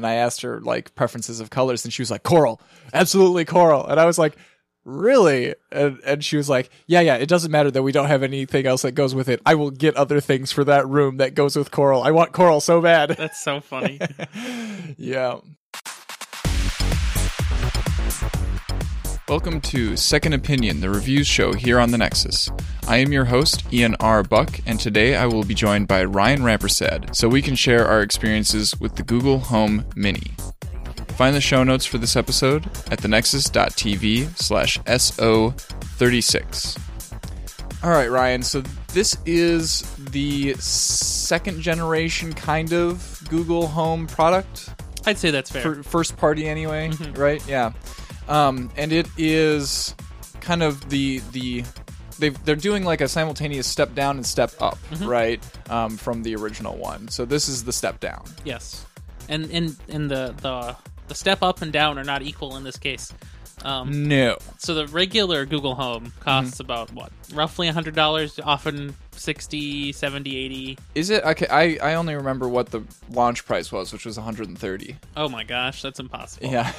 and I asked her like preferences of colors, and she was like coral, absolutely coral, and I was like, really? And and she was like, yeah, yeah, it doesn't matter that we don't have anything else that goes with it. I will get other things for that room that goes with coral. I want coral so bad. That's so funny. yeah. Welcome to Second Opinion, the reviews show here on the Nexus. I am your host, Ian R. Buck, and today I will be joined by Ryan Rampersad so we can share our experiences with the Google Home Mini. Find the show notes for this episode at thenexus.tv slash SO36. All right, Ryan, so this is the second generation kind of Google Home product I'd say that's fair. fir- first party anyway, right? Yeah, um, and it is kind of the the they they're doing like a simultaneous step down and step up, right, um, from the original one. So this is the step down. yes, and and and the the the step up and down are not equal in this case. Um, No, so the regular Google Home costs Mm-hmm. about what, roughly hundred dollars, often 60 70 80 is it okay? I I only remember what the launch price was, which was 130. Oh my gosh, that's impossible. Yeah,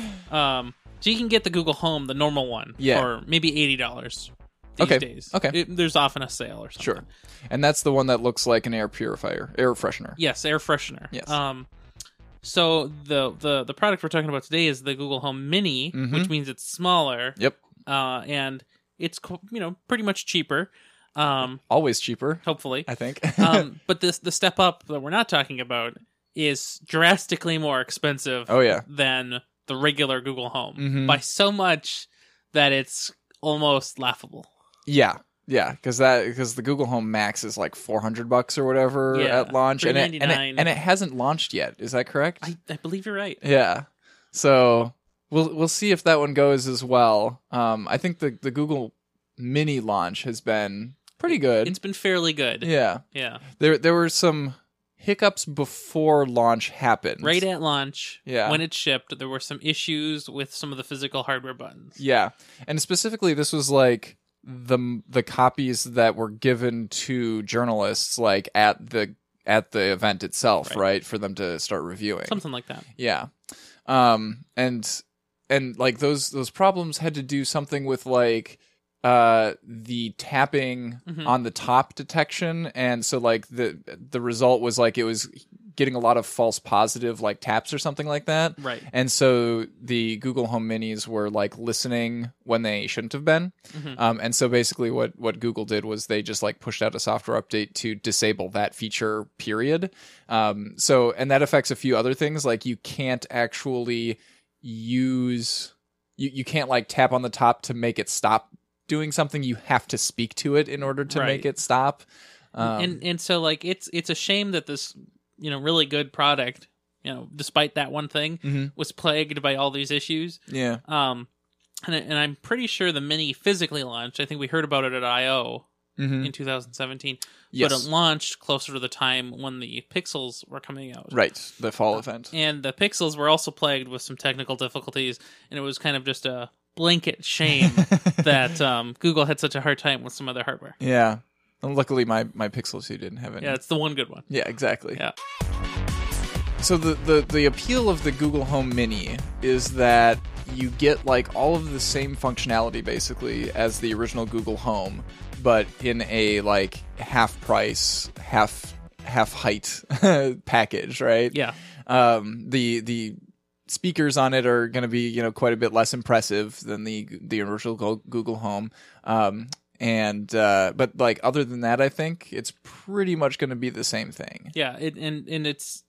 Um, so you can get the Google Home, the normal one, Yeah. for maybe eighty dollars these Okay, days. okay. It- there's often a sale or something. sure. And that's the one that looks like an air purifier, air freshener. Yes, air freshener. Yes. Um, so the the the product we're talking about today is the Google Home Mini, which means it's smaller. Mm-hmm. Yep, Uh, and it's co- you know pretty much cheaper. Um, always cheaper, hopefully. I think. um, but this the step up that we're not talking about is drastically more expensive. oh yeah, Than the regular Google Home Mhm. by so much that it's almost laughable. Yeah, yeah, because that because the Google Home Max is like four hundred bucks or whatever Yeah, at launch, and it, and it $399. and it hasn't launched yet. Is that correct? I, I believe you're right. yeah. So we'll we'll see if that one goes as well. Um, I think the the Google Mini launch has been pretty good. It's been fairly good. yeah, yeah. there there were some hiccups before launch happened. right at launch Yeah. when it shipped there were some issues with some of the physical hardware buttons Yeah, and specifically, this was like the the copies that were given to journalists, like at the at the event itself, Right. right, for them to start reviewing. something like that Yeah, um, and and like those those problems had to do something with like uh the tapping Mhm. on the top detection and so like the the result was like it was getting a lot of false positive like taps or something like that right and so the Google Home Minis were like listening when they shouldn't have been. Mhm. Um, and so basically, what what Google did was they just like pushed out a software update to disable that feature. Period. Um, so and that affects a few other things, like you can't actually use you you can't like tap on the top to make it stop doing something. You have to speak to it in order to Right. make it stop. Um, and and so like it's it's a shame that this you know really good product you know despite that one thing Mhm. was plagued by all these issues yeah, um and, I- and i'm pretty sure the mini physically launched i think we heard about it at io hmm in 2017 yes, but it launched closer to the time when the pixels were coming out right. The fall event. and the pixels were also plagued with some technical difficulties and it was kind of just a blanket shame that um, google had such a hard time with some other hardware Yeah. And luckily, my my Pixel 2 didn't have any. yeah it's the one good one Yeah, exactly. Yeah. So the, the the appeal of the Google Home Mini is that you get like all of the same functionality basically as the original Google Home, but in a like half price, half half height package, right? yeah Um, the the speakers on it are going to be you know quite a bit less impressive than the the original Go- Google Home. Um, and uh, but like other than that, I think it's pretty much going to be the same thing. yeah it, and and it's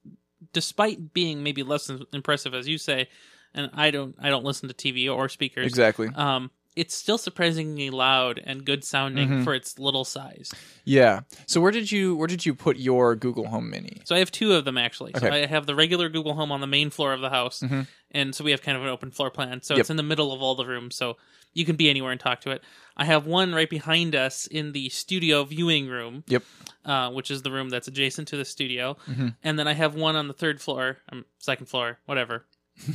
despite being maybe less im- impressive as you say and i don't i don't listen to tv or speakers Exactly. um it's still surprisingly loud and good sounding Mhm. for its little size Yeah. So where did you where did you put your Google Home Mini? So I have two of them actually. So Okay. I have the regular Google Home on the main floor of the house, Mhm. and so we have kind of an open floor plan. So Yep. it's in the middle of all the rooms, so you can be anywhere and talk to it. I have one right behind us in the studio viewing room. Yep. Uh, which is the room that's adjacent to the studio, Mhm. and then I have one on the third floor, um, second floor, whatever,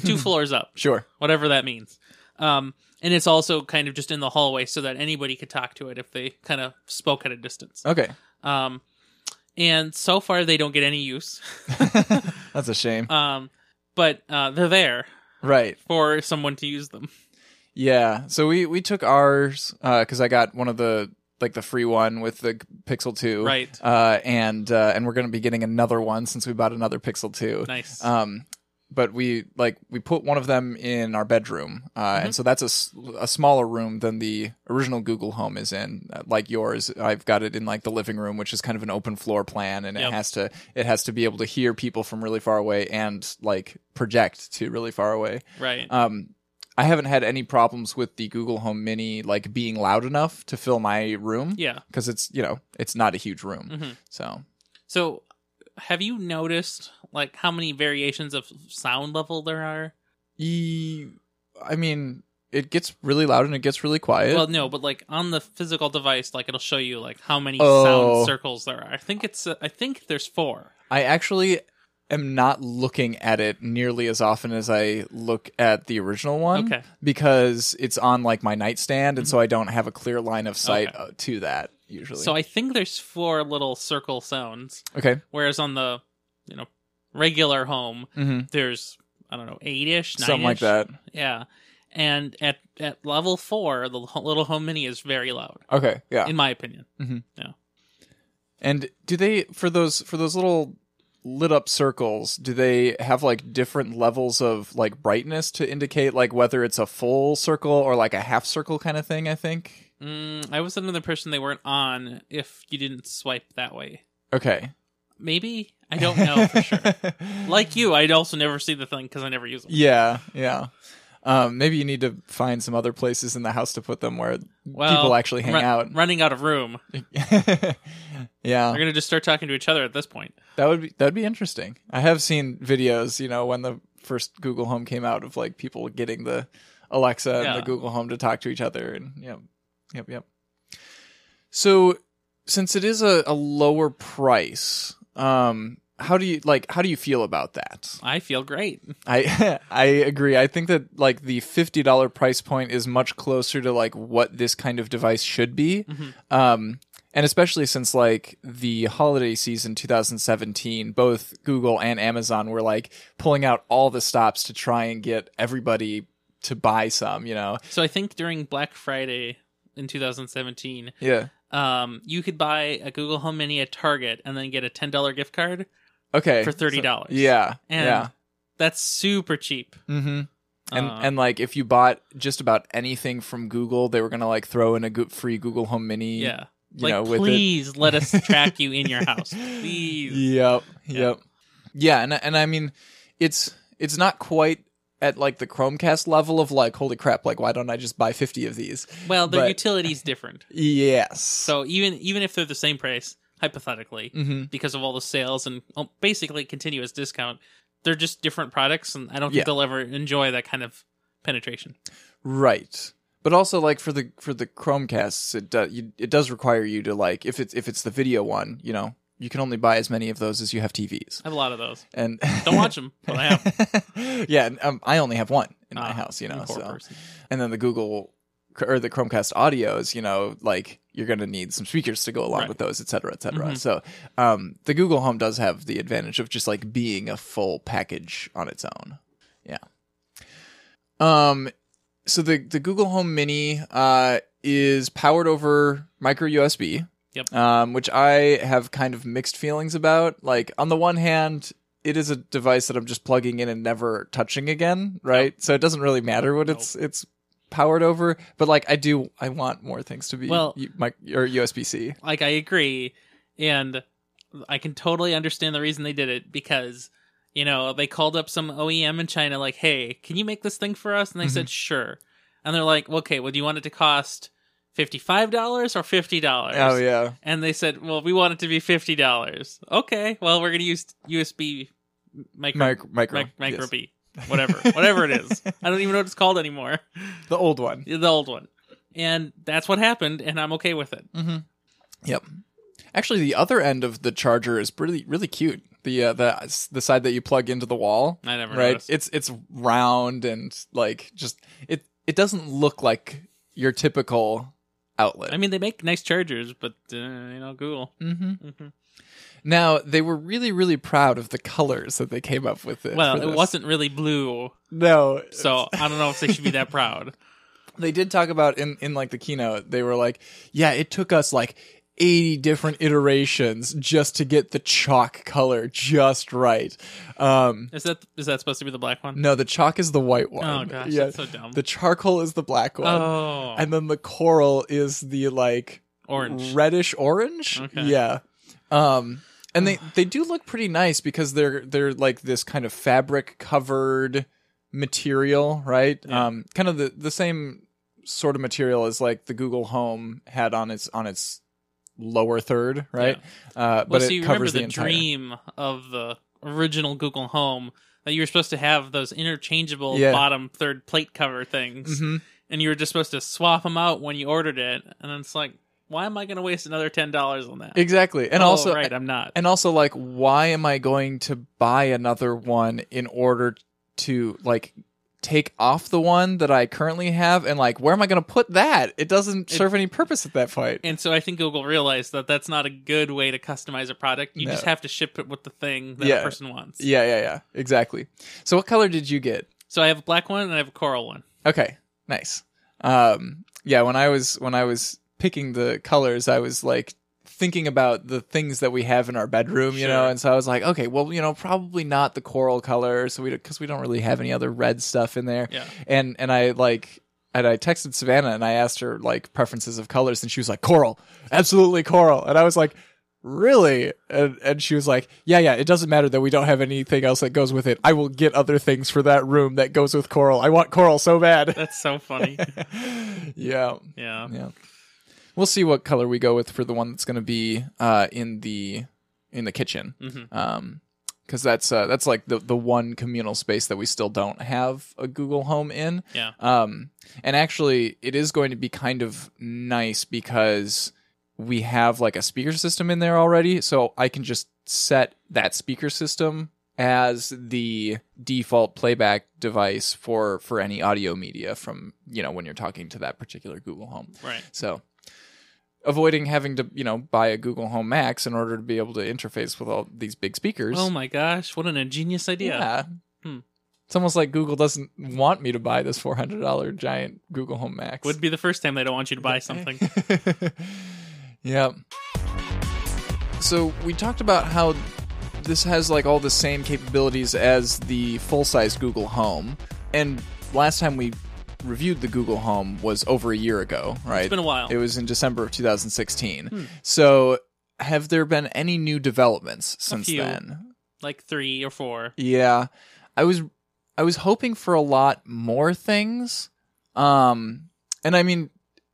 two floors up, Sure. whatever that means. Um, and it's also kind of just in the Uh hallway, so that anybody could talk to it if they kind of spoke at a distance. Okay. Um, and so far they don't get any use. That's a shame. Um, but uh, they're there right. for someone to use them. Yeah. So we we took ours because I got one of the like the free one with the Pixel Two, Right. Uh, and uh, and we're gonna be getting another one since we bought another Pixel Two. Nice. Um, but we like we put one of them in our bedroom, uh, Mm-hmm. and so that's a, s- a smaller room than the original Google Home is in. Uh, Like yours, I've got it in like the living room, which is kind of an open floor plan, and it Yep. has to it has to be able to hear people from really far away and like project to really far away. right. Um, I haven't had any problems with the Google Home Mini like being loud enough to fill my room. yeah. Because it's you know it's not a huge room, Mhm. so So, have you noticed like how many variations of sound level there are? e- I mean it gets really loud and it gets really quiet. well, no, but like on the physical device, like it'll show you like how many Oh. sound circles there are. I think it's uh, I think there's four. I actually am not looking at it nearly as often as I look at the original one Okay. Mm-hmm. because it's on like my nightstand, and so I don't have a clear line of sight Okay. uh to that usually. So I think there's four little circle sounds, okay, whereas on the you know regular home hmm there's I don't know eight ish, something like that. Yeah, and at at level four, the ho- little home mini is very loud, Okay, yeah. in my opinion. And do they for those for those little lit up circles, do they have like different levels of like brightness to indicate like whether it's a full circle or like a half circle kind of thing, I think? Mm, I was under the impression they weren't on if you didn't swipe that way. Okay. Maybe I don't know Oh, for sure. Like you, I'd also never see the thing because I never use them. Yeah, yeah. Um, maybe you need to find some other places in the house to put them where Well, people actually hang Run- out. Oh. Running out of room, yeah, they're gonna just start talking to each other at this point. that would be that'd be interesting. I have seen videos, you know, when the first Google Home came out of like people getting the Alexa and Yeah. the Google Home to talk to each other, and yep, yep, yep. So, since it is a, a lower price, um, how do you like? How do you feel about that? I feel great. I I agree. I think that like the fifty dollar price point is much closer to like what this kind of device should be, Mhm. um, and especially since like the holiday season 2017, both Google and Amazon were like pulling out all the stops to try and get everybody to buy some. You know, So I think during Black Friday in 2017, yeah. um, you could buy a Google Home Mini at Target and then get a ten dollar gift card Okay, for thirty dollars. yeah, and yeah, that's super cheap. mm-hmm. And Uh, and like if you bought just about anything from Google, they were gonna like throw in a go- free Google Home Mini. yeah, you like know, with it. please let us track you in your house, please. Yep. Yeah. Yep. Yeah, and and I mean, it's it's not quite at like the Chromecast level of like, holy crap, like why don't I just buy fifty of these? Well, the But- utility's different, Yes. so even even if they're the same price, hypothetically, hmm because of all the sales and well, basically continuous discount, they're just different products, and I don't think Yeah. they'll ever enjoy that kind of penetration. right. But also like for the for the Chromecasts, it does you, it does require you to like if it's if it's the video one, you know, you can only buy as many of those as you have TVs. I have a lot of those. And Don't watch them, but I have. yeah, and, um, I only have one in my Ah, house, you I'm know. a poor So. person. and then the Google or the Chromecast audios, you know, like you're going to need some speakers to go along Right. with those, et cetera, et cetera. Mhm. So um, the Google Home does have the advantage of just like being a full package on its own. Yeah. Um, so the the Google Home Mini uh, is powered over micro USB. Yep. Um, which I have kind of mixed feelings about. Like on the one hand, it is a device that I'm just plugging in and never touching again, right? So it doesn't really matter what Nope. it's it's powered over. But like I do, I want more things to be Well- u- my or USB C. like I agree, and I can totally understand the reason they did it because you know they called up some OEM in China like, "Hey, can you make this thing for us?" And they Mm-hmm. said, "Sure," and they're like, "Okay, well, do you want it to cost fifty five dollars or fifty dollars?" Oh yeah, And they said, "Well, we want it to be fifty dollars." Okay, well, we're gonna use USB micro micro micro mic- micro yes. B, whatever, whatever it is. I don't even know what it's called anymore. the old one. The old one. And that's what happened, and I'm okay with it. Mm-hmm. Yep. Actually, the other end of the charger is really really cute. The uh, the the side that you plug into the wall, I never right? noticed. It's it's round and like just it it doesn't look like your typical outlet. I mean, they make nice chargers, but uh, you know, Google. mm-hmm. Mhm. Now they were really, really proud of the colors that they came up with. It Well, for it this. wasn't really blue, No, so I don't know if they should be that proud. they did talk about in in like the keynote. They were like, "Yeah, it took us like." 80 different iterations just to get the chalk color just right. Um, Is that is that supposed to be the black one? no, the chalk is the white one. Oh gosh, that's so dumb. The charcoal is the black one. oh, and then the coral is the like orange. reddish orange. Okay. Yeah. Um and they they do look pretty nice because they're they're like this kind of fabric covered material, right? Yeah. Um kind of the the same sort of material as like the Google Home had on its on its lower third, right? Uh but well, so it you remember covers the, the, entire dream of the original Google Home that you were supposed to have those interchangeable Yeah. bottom third plate cover things, Mhm. and you were just supposed to swap them out when you ordered it, and it's like, why am I going to waste another ten dollars on that? Exactly. And Oh, also right, I'm not. and also like why am i going to buy another one in order to like take off the one that i currently have and like where am i going to put that it doesn't serve any purpose at that point And so I think Google realized that that's not a good way to customize a product. You No. just have to ship it with the thing that Yeah. a person wants. yeah yeah yeah exactly so what color did you get So I have a black one and I have a coral one. okay nice um yeah when i was when i was picking the colors i was like thinking about the things that we have in our bedroom you know Sure. and so i was like okay well you know probably not the coral color so we because we don't really have any other red stuff in there Yeah. and and I like and I texted Savannah and I asked her like preferences of colors and she was like coral, absolutely coral, and I was like really and and she was like yeah yeah it doesn't matter that we don't have anything else that goes with it i will get other things for that room that goes with coral i want coral so bad That's so funny. yeah yeah. yeah we'll see what color we go with for the one that's going to be uh in the in the kitchen hmm um because that's uh that's like the the one communal space that we still don't have a google home in Yeah. um, and actually, it is going to be kind of nice because we have like a speaker system in there already. So I can just set that speaker system as the default playback device for for any audio media from you know when you're talking to that particular Google Home. Right. So avoiding having to you know buy a Google Home Max in order to be able to interface with all these big speakers. Oh my gosh, what an ingenious idea. Yeah. Hmm. It's almost like Google doesn't want me to buy this four hundred dollar giant Google Home Max. Would be the first time they don't want you to buy something. yeah. So we talked about how this has like all the same capabilities as the full size Google Home, and last time we reviewed the Google Home was over a year ago, right? It's been a while. It was in December of 2016. Hmm. So have there been any new developments since few. then? like three or four. Yeah. I was I was hoping for a lot more things. Um and I mean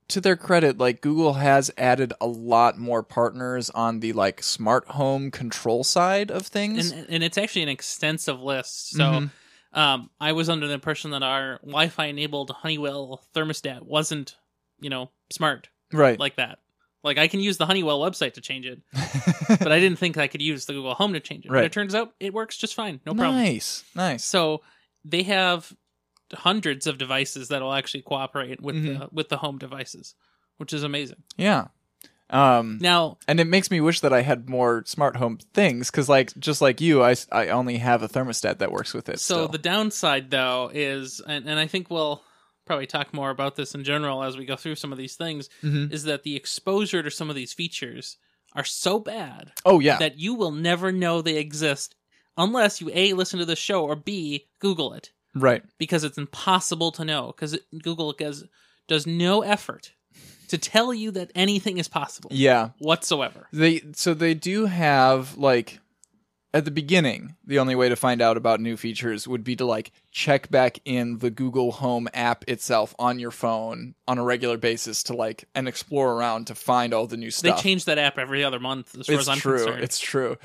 to their credit, like Google has added a lot more partners on the like smart home control side of things. And and it's actually an extensive list. So Mhm. um I was under the impression that our Wi Fi enabled Honeywell thermostat wasn't, you know, smart right. like that. Like I can use the Honeywell website to change it. but I didn't think I could use the Google Home to change it. Right. But it turns out it works just fine. No problem. nice. Nice. So they have hundreds of devices that will actually cooperate with Mm-hmm. the with the home devices, which is amazing. Yeah. Um Now, and it makes me wish that I had more smart home things cuz like just like you I, s- I only have a thermostat that works with it. so still. the downside though is and, and I think we'll probably talk more about this in general as we go through some of these things Mhm. is that the exposure to some of these features are so bad Oh yeah. that you will never know they exist unless you a listen to the show or b google it right. because it's impossible to know because Google does does no effort to tell you that anything is possible Yeah. whatsoever. They so they do have like at the beginning, the only way to find out about new features would be to like check back in the Google Home app itself on your phone on a regular basis to like and explore around to find all the new They stuff. change that app every other month, as far it's as I'm true. concerned. It's true.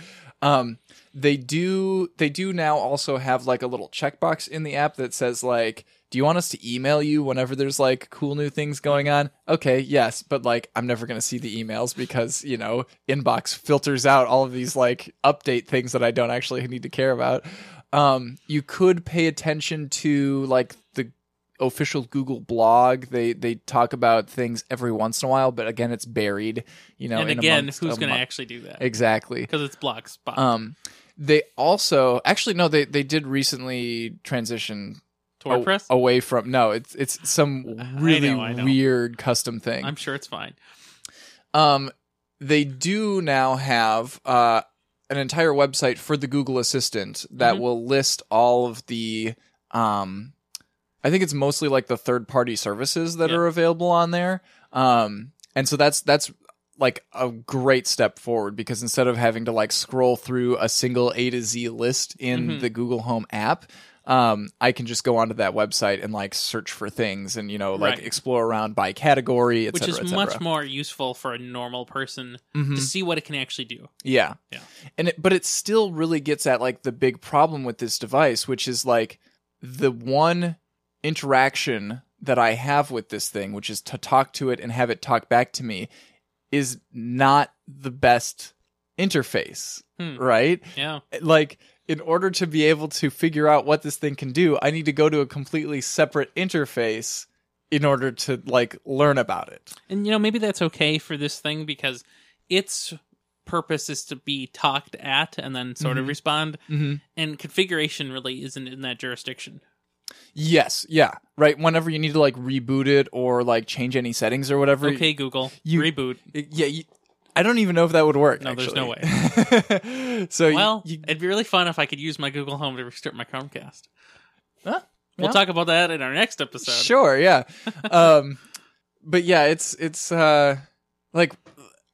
Um, they do they do now also have like a little checkbox in the app that says like, do you want us to email you whenever there's like cool new things going on? Okay, yes, but like I'm never gonna see the emails because you know inbox filters out all of these like update things that I don't actually need to care about. Um, you could pay attention to like the official Google blog. They they talk about things every once in a while, but again, it's buried. You know, and in again, amongst who's a going to mon- actually do that? exactly? Because it's Blogspot. Um, they also actually no, they they did recently transition a- WordPress. away from no, it's it's some I really know, I know. weird custom thing. I'm sure it's fine. Um, they do now have uh, an entire website for the Google Assistant that Mhm. will list all of the. Um, I think it's mostly like the third party services that Yeah. are available on there. Um, and so that's that's like a great step forward because instead of having to like scroll through a single A to Z list in Mhm. the Google Home app, um, I can just go onto that website and like search for things and you know like Right. explore around by category, et Which cetera, et is cetera. much more useful for a normal person Mhm. to see what it can actually do. Yeah. Yeah. And it, but it still really gets at like the big problem with this device, which is like the one interaction that I have with this thing, which is to talk to it and have it talk back to me, is not the best interface, Hmm. right? Yeah. Like in order to be able to figure out what this thing can do, I need to go to a completely separate interface in order to like learn about it. And you know, maybe that's okay for this thing because its purpose is to be talked at and then sort of Mhm. respond. Mm-hmm. And configuration really isn't in that jurisdiction. Yes, yeah, right. Whenever you need to like reboot it or like change any settings or whatever. okay, Google, you- reboot. it- yeah, you, I don't even know if that would work. No, there's no way. so Well, you, it'd be really fun if I could use my Google Home to restart my Chromecast. Huh? We'll Yeah. talk about that in our next episode. sure, yeah. um, but yeah, it's it's uh like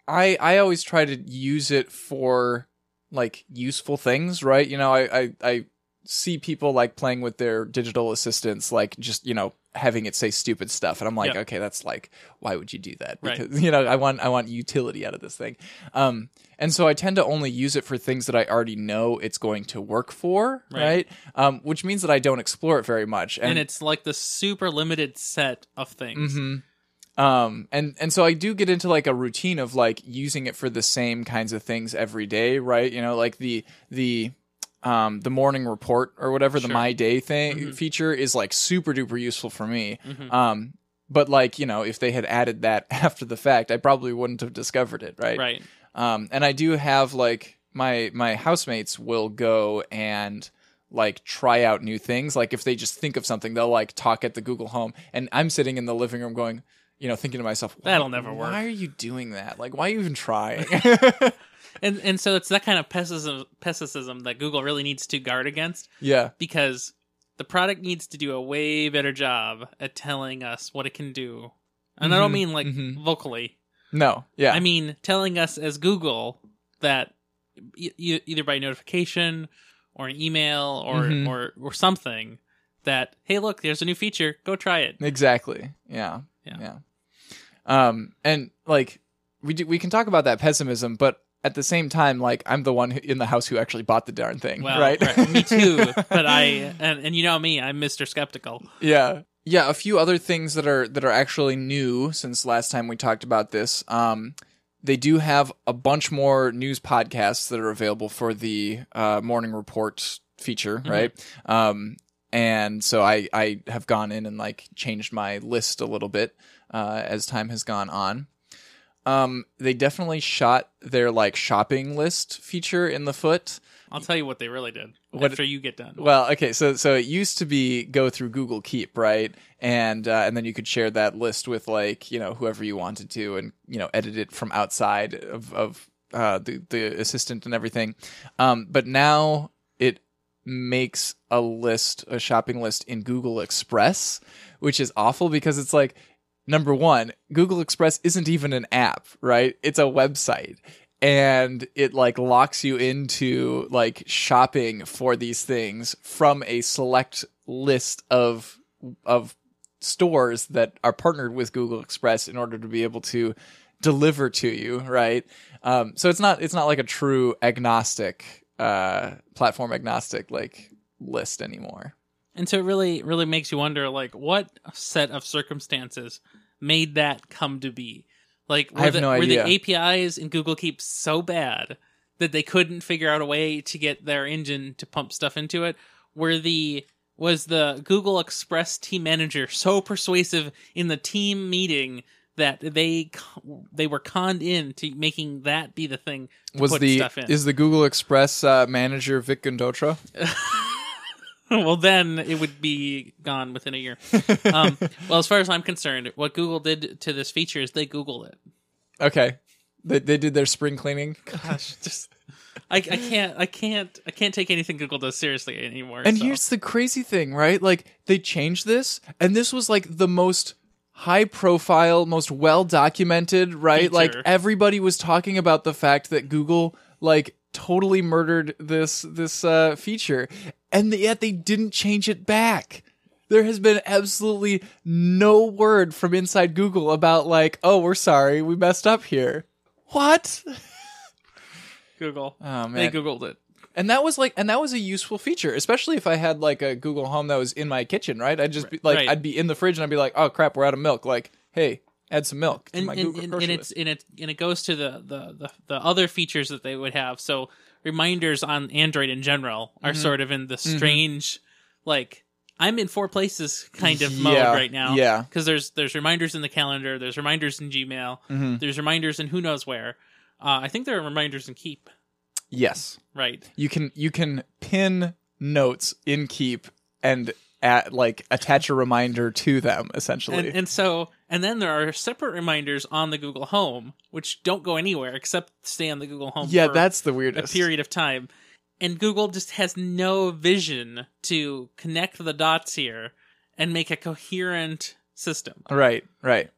I I always try to use it for like useful things, right? You know, I I, I see people like playing with their digital assistants, like just you know having it say stupid stuff, and I'm like, Yeah. okay, that's like why would you do that? Right. Because you know I want I want utility out of this thing, um, and so I tend to only use it for things that I already know it's going to work for, Right. right? Um, which means that I don't explore it very much, And, it's like the super limited set of things. hmm Um, and and so I do get into like a routine of like using it for the same kinds of things every day, right? You know, like the the um the morning report or whatever the Sure. my day thing Mhm. feature is like super duper useful for me. Mhm. Um, but like you know, if they had added that after the fact, I probably wouldn't have discovered it, right? Right. Um, and I do have like my my housemates will go and like try out new things. Like if they just think of something, they'll like talk at the Google Home, and I'm sitting in the living room going, you know, thinking to myself, why- That'll never work. Why are you doing that? Like, why are you even trying? And and so it's that kind of pessimism, pessimism that Google really needs to guard against yeah, because the product needs to do a way better job at telling us what it can do. And I don't Mhm, mean like mhm. vocally. no, yeah, I mean telling us as Google that e- e- either by notification or an email or Mhm. or or something that hey look there's a new feature go try it. exactly, yeah, Yeah. yeah. Um, and like we do, we can talk about that pessimism, but. At the same time, like I'm the one who- in the house who actually bought the darn thing, Well, right? right, me too. But I and, and you know me, I'm Mr. Skeptical. Yeah. Yeah, a few other things that are that are actually new since last time we talked about this. Um they do have a bunch more news podcasts that are available for the uh, morning report feature, Mhm. right? Um, and so I, I have gone in and like changed my list a little bit uh, as time has gone on. Um, they definitely shot their like shopping list feature in the foot. I'll tell you what they really did What- after you get done. Well, okay, so so it used to be go through Google Keep, right? And uh, and then you could share that list with like you know whoever you wanted to, and you know edit it from outside of of uh, the the assistant and everything. Um, but now it makes a list, a shopping list in Google Express, which is awful because it's like number one, Google Express isn't even an app, right? It's a website. And it like locks you into like shopping for these things from a select list of of stores that are partnered with Google Express in order to be able to deliver to you, right? Um, so it's not it's not like a true agnostic uh, platform agnostic like list anymore. And so it really, really makes you wonder, like, what set of circumstances made that come to be? Like, were, I have the, no were the APIs in Google Keep so bad that they couldn't figure out a way to get their engine to pump stuff into it? Were the was the Google Express team manager so persuasive in the team meeting that they con- they were conned into making that be the thing to Was put the stuff in. is the Google Express uh, manager Vic Gundotra? well, then it would be gone within a year. Um, well, as far as I'm concerned, what Google did to this feature is they Googled it. Okay, they they did their spring cleaning. Gosh, just I, I can't, I can't, I can't take anything Google does seriously anymore. And so. here's the crazy thing, right? Like they changed this, and this was like the most high profile, most well documented, right? Like Feature. everybody was talking about the fact that Google like totally murdered this this uh, feature, and yet they didn't change it back. There has been absolutely no word from inside Google about like, oh, we're sorry, we messed up here. What? Google, Oh man, they Googled it. and that was like, and that was a useful feature, especially if I had like a Google Home that was in my kitchen, right? I'd just be, like, Right. I'd be in the fridge and I'd be like, oh crap, we're out of milk. Like, hey, add some milk to and, my and, Google and, grocery and it's list. and it and it goes to the, the the the other features that they would have. So reminders on Android in general are Mm-hmm. sort of in the strange, like I'm in four places kind of mode Yeah, right now. yeah. because there's there's reminders in the calendar, there's reminders in Gmail, Mhm. there's reminders in who knows where. Uh, I think there are reminders in Keep, Yes, right? you can you can pin notes in Keep and at like attach a reminder to them And, essentially. and so and then there are separate reminders on the Google Home, which don't go anywhere except stay on the Google Home. yeah, for- that's the a weirdest. period of time. And Google just has no vision to connect the dots here and make a coherent system. Right, right.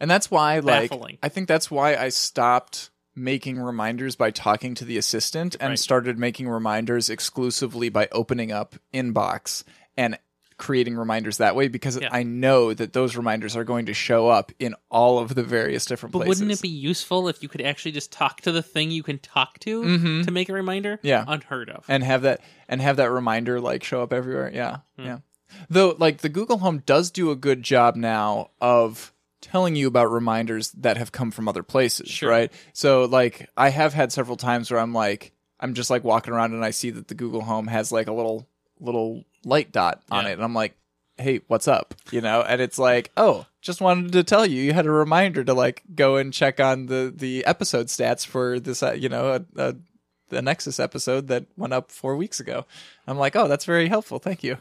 And that's why like Baffling. I think that's why I stopped making reminders by talking to the assistant and Right. started making reminders exclusively by opening up inbox and creating reminders that way because Yeah. I know that those reminders are going to show up in all of the various different But places. wouldn't it be useful if you could actually just talk to the thing you can talk to to make a reminder? Mm-hmm. Yeah. Unheard of. and have that and have that reminder like show up everywhere. Yeah. Hmm. Yeah. Though like the Google Home does do a good job now of telling you about reminders that have come from other places, Sure. right? So like I have had several times where I'm like I'm just like walking around and I see that the Google Home has like a little little light dot on Yeah. it and I'm like Hey, what's up? You know, and it's like, oh, just wanted to tell you, you had a reminder to like go and check on the the episode stats for this, uh, you know, a, a the Nexus episode that went up four weeks ago. I'm like, oh, that's very helpful. Thank you.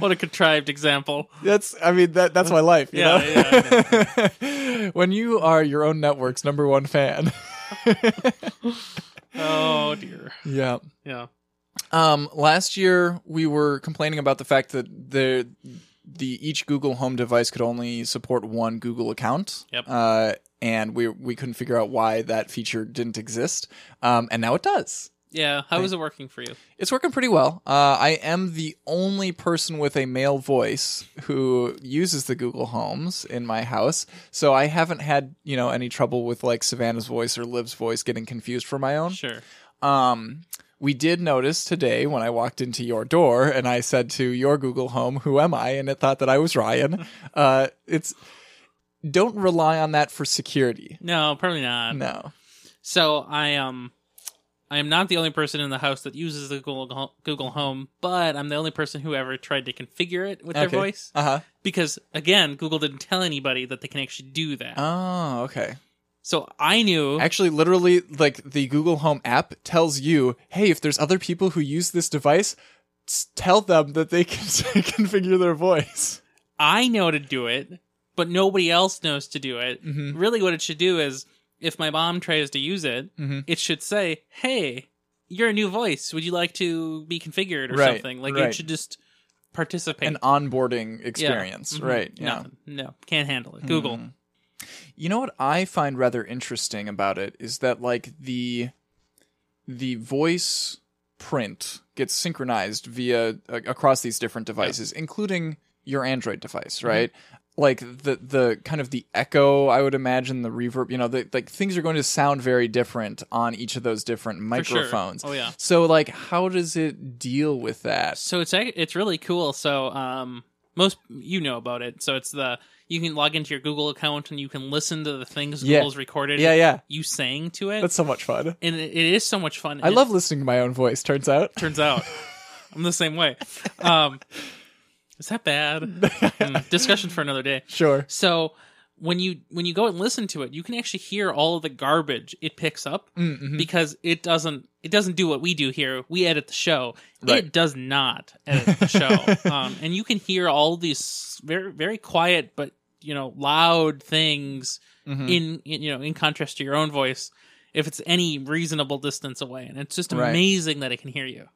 what a contrived example. That's, I mean, that that's my life. You Yeah, know? when you are your own network's number one fan. Oh dear. yeah. Yeah. Um, last year we were complaining about the fact that the the each Google Home device could only support one Google account. Yep. Uh, and we we couldn't figure out why that feature didn't exist. Um, and now it does. Yeah. How is it working for you? It's working pretty well. Uh, I am the only person with a male voice who uses the Google Homes in my house, so I haven't had you know any trouble with like Savannah's voice or Liv's voice getting confused for my own. Sure. Um, we did notice today when I walked into your door and I said to your Google Home, "Who am I?" and it thought that I was Ryan. Uh, it's don't rely on that for security. No, probably not. No. So I um I am not the only person in the house that uses the Google Ho- Google Home, but I'm the only person who ever tried to configure it with Okay. their voice Uh huh. because again, Google didn't tell anybody that they can actually do that. Oh, okay. so I knew Actually, literally, like the Google Home app tells you, hey, if there's other people who use this device, s- tell them that they can configure their voice. I know to do it, but nobody else knows to do it. Mhm. Really what it should do is if my mom tries to use it, Mhm. it should say, "Hey, you're a new voice. Would you like to be configured or Right, something?" Like right. it should just participate. An onboarding Yeah. experience, Mhm. right? Yeah. Mm-hmm. Nothing. No, can't handle it. Google. You know what I find rather interesting about it is that like the the voice print gets synchronized via a- across these different devices, including your Android device, Mm-hmm. right? Like the the kind of the echo, I would imagine the reverb, you know, the, like things are going to sound very different on each of those different For sure. microphones. Oh yeah. So like, how does it deal with that? So it's ac- it's really cool. So um, most you know about it. So it's the you can log into your Google account and you can listen to the things Yeah. Google's recorded. Yeah, yeah, You sang to it, that's so much fun. and it, it is so much fun. I It love listening to my own voice. Turns out. Turns out, I'm the same way. Um, Is that bad? Mm, discussion for another day. Sure. So when you when you go and listen to it, you can actually hear all of the garbage it picks up Mm-hmm. because it doesn't it doesn't do what we do here. We edit the show. Right. It does not edit the show. um, and you can hear all these very very quiet but you know loud things Mm-hmm. in, in you know in contrast to your own voice if it's any reasonable distance away and it's just Right. amazing that it can hear you.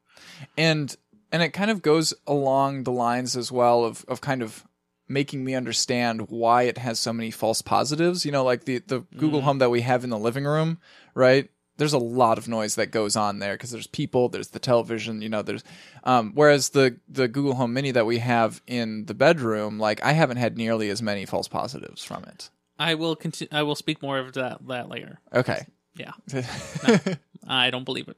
and and it kind of goes along the lines as well of of kind of making me understand why it has so many false positives you know like the the Mm-hmm. google home that we have in the living room right there's a lot of noise that goes on there because there's people there's the television you know there's um, whereas the the google home mini that we have in the bedroom like i haven't had nearly as many false positives from it I will continue I will speak more of that that later. okay Yeah. I don't believe it.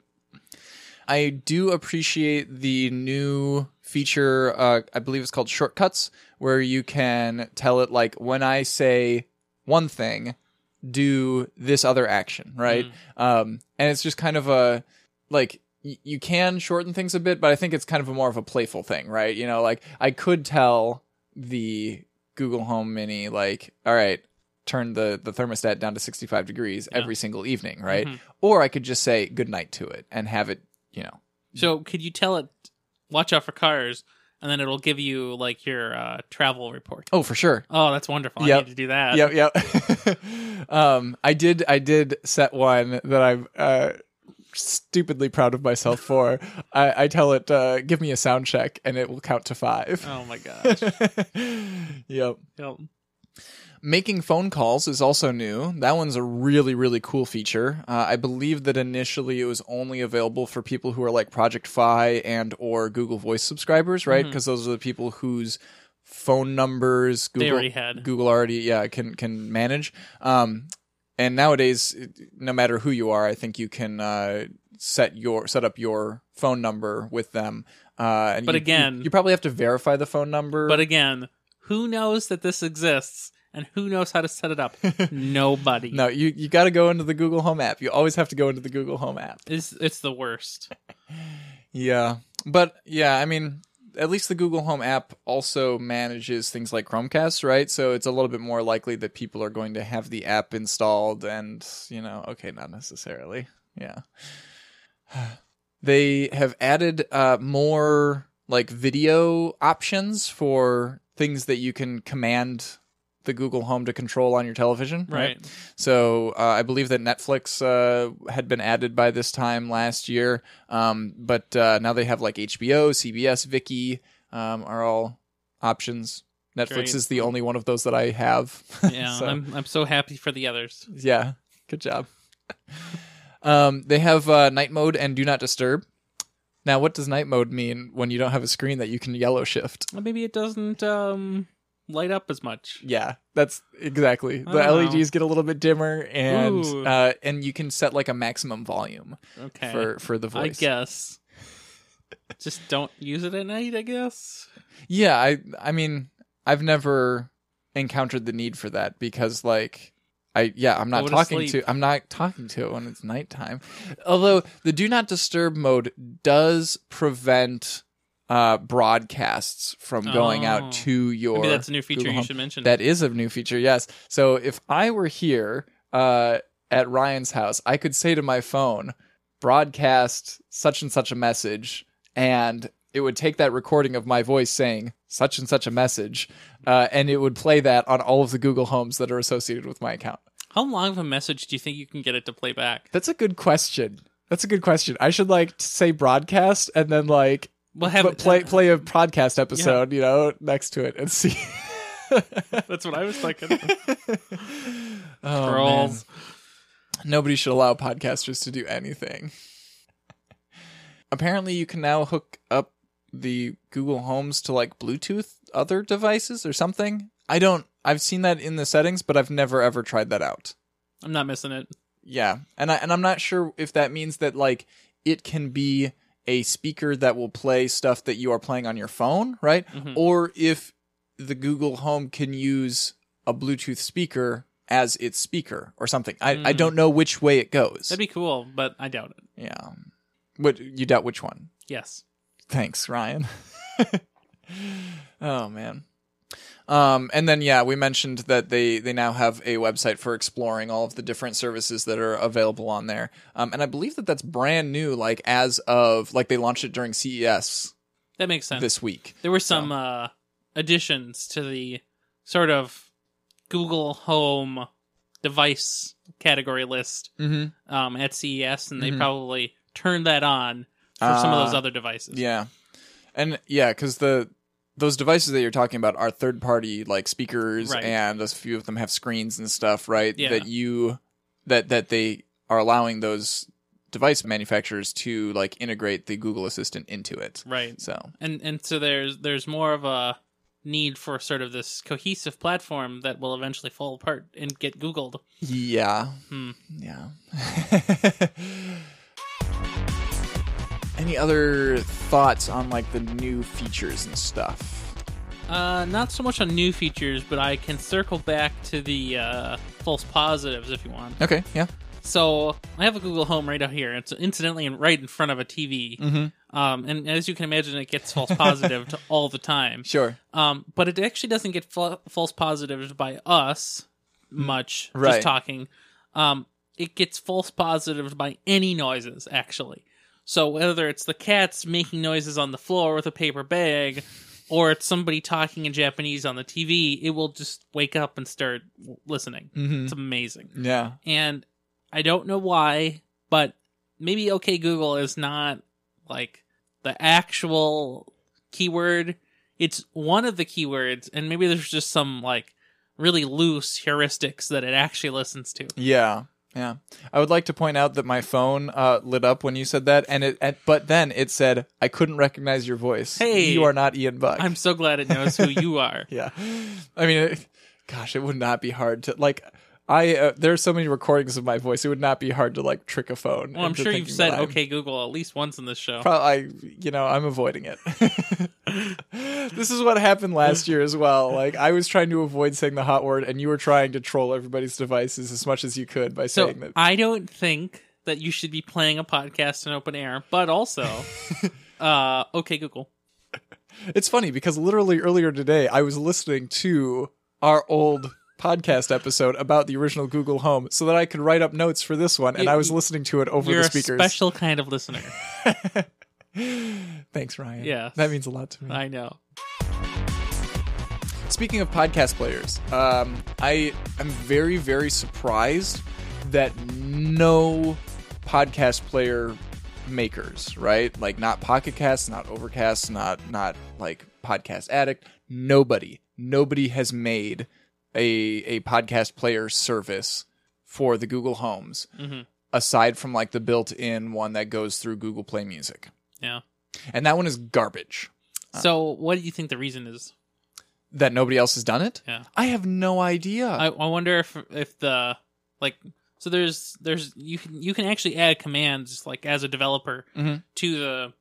I do appreciate the new feature. Uh, I believe it's called Shortcuts, where you can tell it like when I say one thing, do this other action, right? Mm. Um, and it's just kind of a like y- you can shorten things a bit, but I think it's kind of a more of a playful thing, right? You know, like I could tell the Google Home Mini, like, all right, turn the the thermostat down to 65 degrees every single evening, right? Mhm. Or I could just say goodnight to it and have it, you know, So could you tell it watch out for cars and then it'll give you like your uh, travel report. oh, for sure. Oh, that's wonderful. I Yep. need to do that. Yep, yep. um, I did, I did set one that I'm uh, stupidly proud of myself for. I, I tell it, uh, give me a sound check, and it will count to five. Oh my gosh. yep. Yep. Making phone calls is also new. That one's a really, really cool feature. Uh, I believe that initially it was only available for people who are like Project Fi and or Google Voice subscribers, right? Mm-hmm. Because those are the people whose phone numbers Google already had. Google already yeah can can manage. Um, and nowadays, it- no matter who you are, I think you can uh, set your set up your phone number with them. Uh, and But you- again- you, you probably have to verify the phone number. But again, who knows that this exists and who knows how to set it up? Nobody. No, you you got to go into the Google Home app. You always have to go into the Google Home app. It's it's the worst. Yeah, but yeah, I mean, at least the Google Home app also manages things like Chromecast, right? So it's a little bit more likely that people are going to have the app installed, and you know, okay, not necessarily. Yeah, they have added uh, more like video options for things that you can command the Google Home to control on your television, Right. So uh, I believe that Netflix uh, had been added by this time last year, um, but uh, now they have like HBO, CBS, Vicky um, are all options. Netflix Great. is the only one of those that I have. Yeah. So- I'm I'm so happy for the others. yeah, good job. um, they have uh, night mode and do not disturb. Now, what does night mode mean when you don't have a screen that you can yellow shift? Well, Maybe it doesn't um light up as much. Yeah, that's exactly. The I don't know. LEDs get a little bit dimmer, and Ooh. uh, and you can set like a maximum volume Okay. for for the Eh, I voice. guess. Just don't use it at night, I guess. Yeah, I I mean I've never encountered the need for that because like I yeah I'm Go not to talking sleep. to I'm not talking to it when it's nighttime. Although the do not disturb mode does prevent uh broadcasts from going Oh. out to your Maybe that's a new feature Google you Home. should mention. That is a new feature, yes. So if I were here uh, at Ryan's house, I could say to my phone, broadcast such and such a message, and it would take that recording of my voice saying such and such a message, uh, and it would play that on all of the Google Homes that are associated with my account. How long of a message do you think you can get it to play back? That's a good question. That's a good question. I should like say broadcast and then like We'll have pl- play play a podcast episode, you know, next to it and see. That's what I was thinking. Oh, man. Girls. Nobody should allow podcasters to do anything. Apparently, you can now hook up the Google Homes to like Bluetooth other devices or something. I don't, I've seen that in the settings, but I've never ever tried that out. I'm not missing it. Yeah. And I and I'm not sure if that means that like it can be a speaker that will play stuff that you are playing on your phone, right? Mhm. Or if the Google Home can use a Bluetooth speaker as its speaker or something. I, I Mm. don't know which way it goes. That'd be cool, but I doubt it. yeah. What you doubt which one? Yes. Thanks, Ryan. Oh man. Um, and then yeah, we mentioned that they they now have a website for exploring all of the different services that are available on there. Um, and I believe that that's brand new. Like as of like they launched it during CES That makes sense. this week. there were some uh, additions to the sort of Google Home device category list Mm-hmm. um, at CES, and they Mhm. probably turned that on for some Uh, of those other devices. Ah. Yeah, and yeah, because the those devices that you're talking about are third party like speakers, Right. and a few of them have screens and stuff, right? Yeah. That you that that they are allowing those device manufacturers to like integrate the Google Assistant into it. Right. So and and so there's there's more of a need for sort of this cohesive platform that will eventually fall apart and get googled yeah, Hmm. yeah. Any other thoughts on like the new features and stuff? uh not so much on new features but i can circle back to the uh false positives if you want Okay, yeah. so i have a google home right out here it's incidentally in- right in front of a tv um and as you can imagine it gets false positive to all the time Sure. um but it actually doesn't get fl- false positives by us much Right. just talking um it gets false positives by any noises actually so whether it's the cats making noises on the floor with a paper bag or it's somebody talking in japanese on the tv it will just wake up and start w- listening Mm-hmm. it's amazing Yeah. and I don't know why, but maybe OK Google is not like the actual keyword. It's one of the keywords, and maybe there's just some like really loose heuristics that it actually listens to. Yeah. Yeah. I would like to point out that my phone uh, lit up when you said that and it and, but then it said I couldn't recognize your voice. Hey. you are not Ian Buck. I'm so glad it knows who you are. yeah. I mean, it, gosh, it would not be hard to like I uh, there are so many recordings of my voice. It would not be hard to like trick a phone. Well, I'm into sure you've thinking that said I'm- OK Google at least once in this show. Pro- I, you know, I'm avoiding it. this is what happened last year as well. Like I was trying to avoid saying the hot word, and you were trying to troll everybody's devices as much as you could by So saying that. I don't think that you should be playing a podcast in open air, but also, uh, OK Google. It's funny because literally earlier today, I was listening to our old podcast episode about the original Google Home so that I could write up notes for this one, and You- I was listening to it over You're the a speakers. special kind of listener. Thanks, Ryan. Yes. That means a lot to me. I know. Speaking of podcast players, um, I am very, very surprised that no podcast player makers, right? Like not Pocket Casts, not Overcast, not not like Podcast Addict. Nobody, nobody has made a a podcast player service for the Google Homes Mhm. aside from like the built-in one that goes through Google Play Music. Yeah. And that one is garbage. So, what do you think the reason is? That nobody else has done it? Yeah. I have no idea. I, I wonder if if the like so there's there's you can you can actually add commands like as a developer Mhm. to the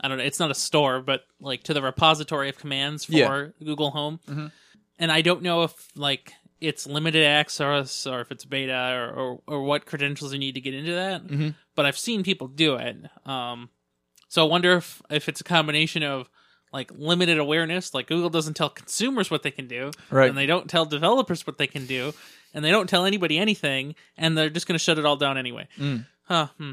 I don't know it's not a store but like to the repository of commands for Yeah. Google Home, Mhm. and I don't know if like it's limited access or if it's beta or or, or what credentials you need to get into that, Mhm. but I've seen people do it. Um, so I wonder if if it's a combination of like limited awareness, like Google doesn't tell consumers what they can do, Right. and they don't tell developers what they can do, and they don't tell anybody anything, and they're just going to shut it all down anyway. Mm. Huh, hmm.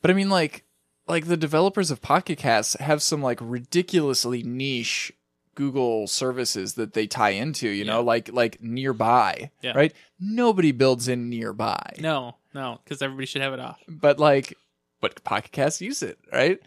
But I mean, like, like the developers of Pocket Casts have some like ridiculously niche Google services that they tie into. You know, Yeah. like like nearby, Yeah. right? Nobody builds in nearby, No, no, because everybody should have it off. but like, but Pocket Casts use it, right?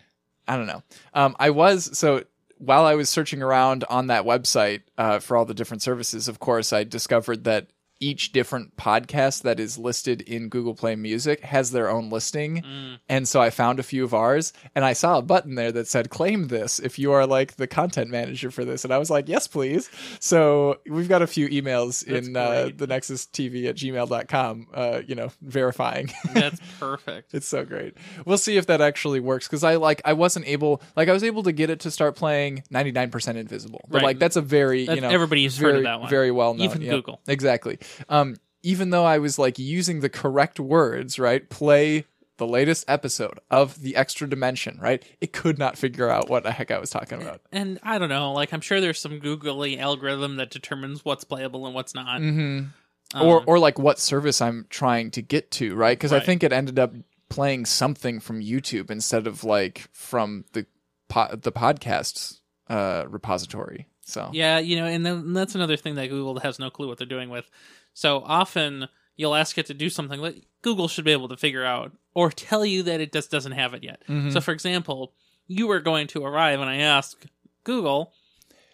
I don't know. Um, I was so while I was searching around on that website uh, for all the different services. Of course, I discovered that each different podcast that is listed in Google Play Music has their own listing. Mm. And so I found a few of ours and I saw a button there that said, claim this if you are like the content manager for this. And I was like, yes, please. So we've got a few emails That's in uh, great. the Nexus TV at gmail.com, uh, you know, verifying. That's perfect. it's so great. We'll see if that actually works. Cause I like, I wasn't able, like I was able to get it to start playing 99% invisible, but Right. like that's a very, That's, you know, everybody's very, heard of that one. very well known. Even yeah. Google. Exactly. Um, even though I was like using the correct words, right? Play the latest episode of The Extra Dimension, right? It could not figure out what the heck I was talking about. And I don't know, like I'm sure there's some googly algorithm that determines what's playable and what's not. Mm-hmm. Um, or or like what service I'm trying to get to, right? Because I Right. think it ended up playing something from YouTube instead of like from the po- the podcast uh, repository. So yeah, you know, and then that's another thing that Google has no clue what they're doing with. So often you'll ask it to do something that Google should be able to figure out or tell you that it just doesn't have it yet. Mhm. So for example, you were going to arrive and I ask Google,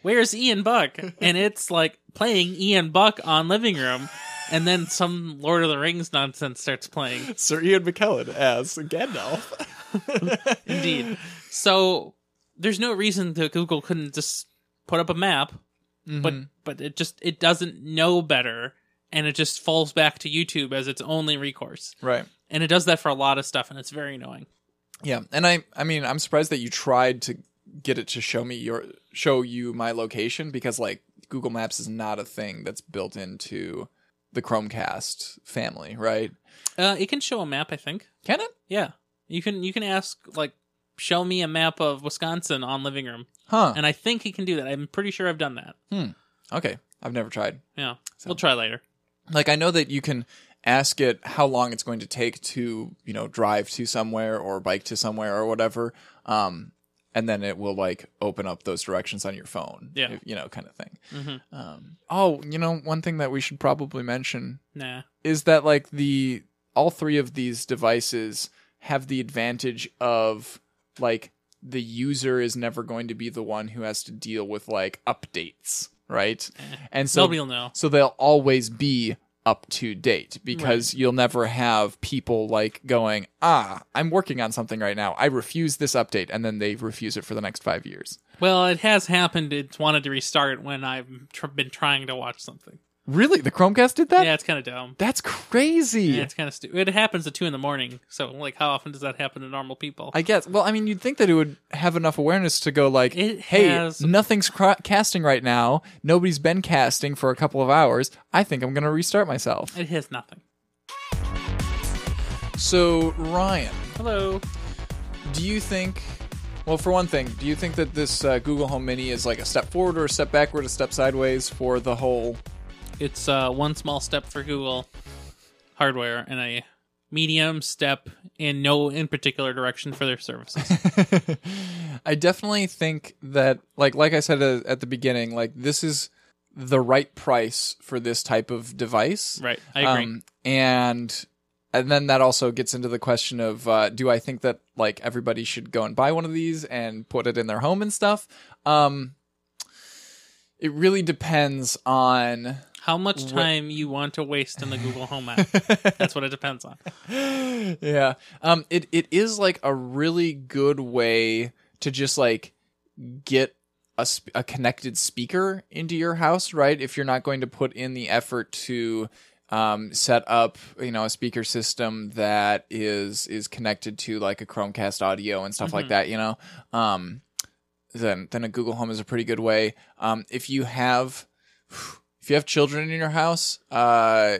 "Where's Ian Buck?" and it's like playing Ian Buck on living room and then some Lord of the Rings nonsense starts playing. Sir Ian McKellen as Gandalf. Indeed. So there's no reason that Google couldn't just put up a map, but Mm-hmm. but it just it doesn't know better and it just falls back to YouTube as its only recourse. right. And it does that for a lot of stuff and it's very annoying. Yeah, and I I mean I'm surprised that you tried to get it to show me your show you my location because like Google Maps is not a thing that's built into the Chromecast family, right? Uh it can show a map, I think. Can it? Yeah. You can you can ask like show me a map of Wisconsin on living room. Huh. And I think he can do that. I'm pretty sure I've done that. Okay. I've never tried. Yeah. So- We'll try later. Like I know that you can ask it how long it's going to take to, you know, drive to somewhere or bike to somewhere or whatever. Um and then it will like open up those directions on your phone. Yeah. You know, kind of thing. hmm Um oh, you know, one thing that we should probably mention Nah. is that like the all three of these devices have the advantage of like the user is never going to be the one who has to deal with like updates, right? And so Eh. Nobody will know. so they'll always be up to date because you'll never have people like going, "Ah, I'm working on something right now. I refuse this update." And then they refuse it for the next 5 years. Well, it has happened. It's wanted to restart when I've tr- been trying to watch something. Really? The Chromecast did that? yeah, it's kind of dumb. That's crazy. Yeah, it's kind of stupid. It happens at two in the morning. So, like, how often does that happen to normal people? I guess. Well, I mean, you'd think that it would have enough awareness to go like, It "Hey, has- nothing's cra- casting right now. Nobody's been casting for a couple of hours. I think I'm going to restart myself." it has nothing. So, Ryan, Hello. do you think? Well, for one thing, do you think that this uh, Google Home Mini is like a step forward or a step backward, a step sideways for the whole? It's uh, one small step for Google hardware and a medium step in no in particular direction for their services. I definitely think that, like, like I said uh, at the beginning, like this is the right price for this type of device. right. I agree. Um, and and then that also gets into the question of uh, do I think that like everybody should go and buy one of these and put it in their home and stuff? Um, it really depends on. how much time you want to waste in the Google Home app. That's what it depends on. yeah. Um. It it is like a really good way to just like get a sp- a connected speaker into your house, right? If you're not going to put in the effort to um, set up, you know, a speaker system that is is connected to like a Chromecast audio and stuff like that, you know. Um. Then then a Google Home is a pretty good way. Um. If you have if you have children in your house, uh,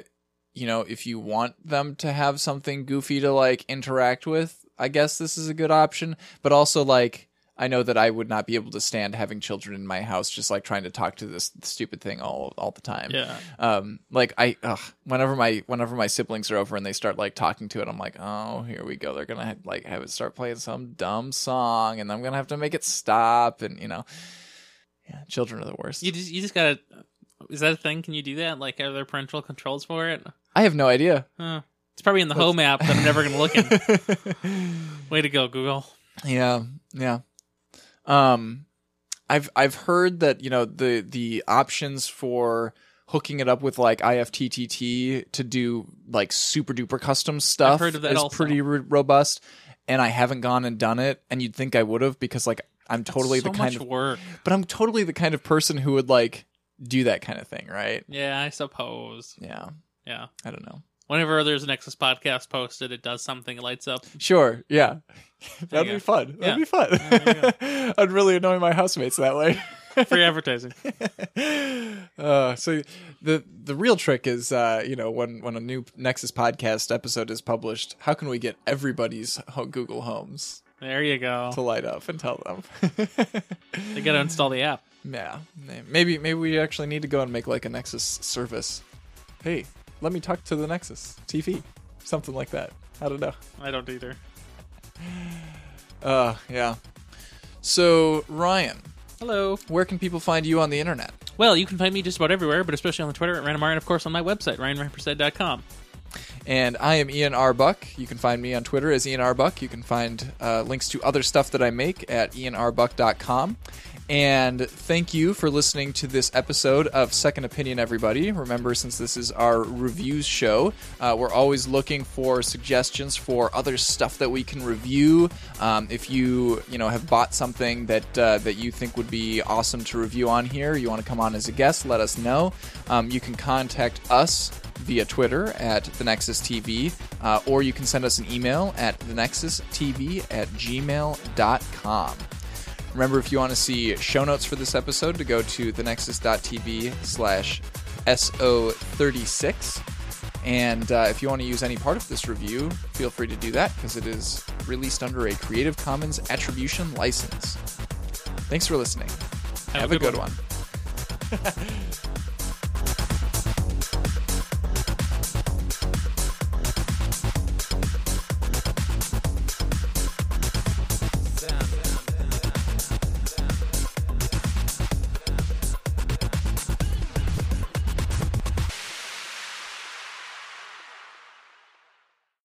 you know, if you want them to have something goofy to like interact with, I guess this is a good option. But also, like, I know that I would not be able to stand having children in my house just like trying to talk to this stupid thing all all the time. Yeah. Um, like I, ugh, whenever my whenever my siblings are over and they start like talking to it, I'm like, oh, here we go. They're gonna like have it start playing some dumb song, and I'm gonna have to make it stop, and you know, yeah, children are the worst. You just you just gotta. Is that a thing? Can you do that? Like, are there parental controls for it? I have no idea. Huh. It's probably in the home app that I'm never gonna look in. Way to go, Google. Yeah, yeah. Um, I've I've heard that you know the the options for hooking it up with like IFTTT to do like super duper custom stuff heard of that is also. pretty ro- robust, and I haven't gone and done it. And you'd think I would have because like I'm totally so the kind much of work. but I'm totally the kind of person who would like do that kind of thing, right? Yeah, I suppose. Yeah, Yeah. I don't know. Whenever there's an Nexus podcast posted, it does something, it lights up. Sure, yeah, There that'd you be go. fun. Yeah. That'd be fun. I'd really annoy my housemates that way. Free advertising. Uh, so the the real trick is, uh, you know, when when a new Nexus podcast episode is published, how can we get everybody's ho- Google Homes There you to go. light up and tell them? They got to install the app. yeah, maybe maybe we actually need to go and make like a Nexus service. Hey, let me talk to the Nexus TV, something like that. I don't know. I don't either. Uh, yeah. So Ryan, Hello. where can people find you on the internet? Well, you can find me just about everywhere, but especially on Twitter at randomr and of course on my website ryanrampersad.com. And I am Ian R. Buck. You can find me on Twitter as Ian R. Buck. You can find uh, links to other stuff that I make at ianrbuck.com. And thank you for listening to this episode of Second Opinion, everybody. Remember, since this is our reviews show, uh, we're always looking for suggestions for other stuff that we can review. Um, if you, you know, have bought something that uh, that you think would be awesome to review on here, you want to come on as a guest, let us know. Um, you can contact us via Twitter at The Nexus TV, uh, or you can send us an email at thenexustv at gmail.com. Remember, if you want to see show notes for this episode, to go to thenexus.tv slash SO36. And uh, if you want to use any part of this review, feel free to do that because it is released under a Creative Commons Attribution License. Thanks for listening. Have, a good, one.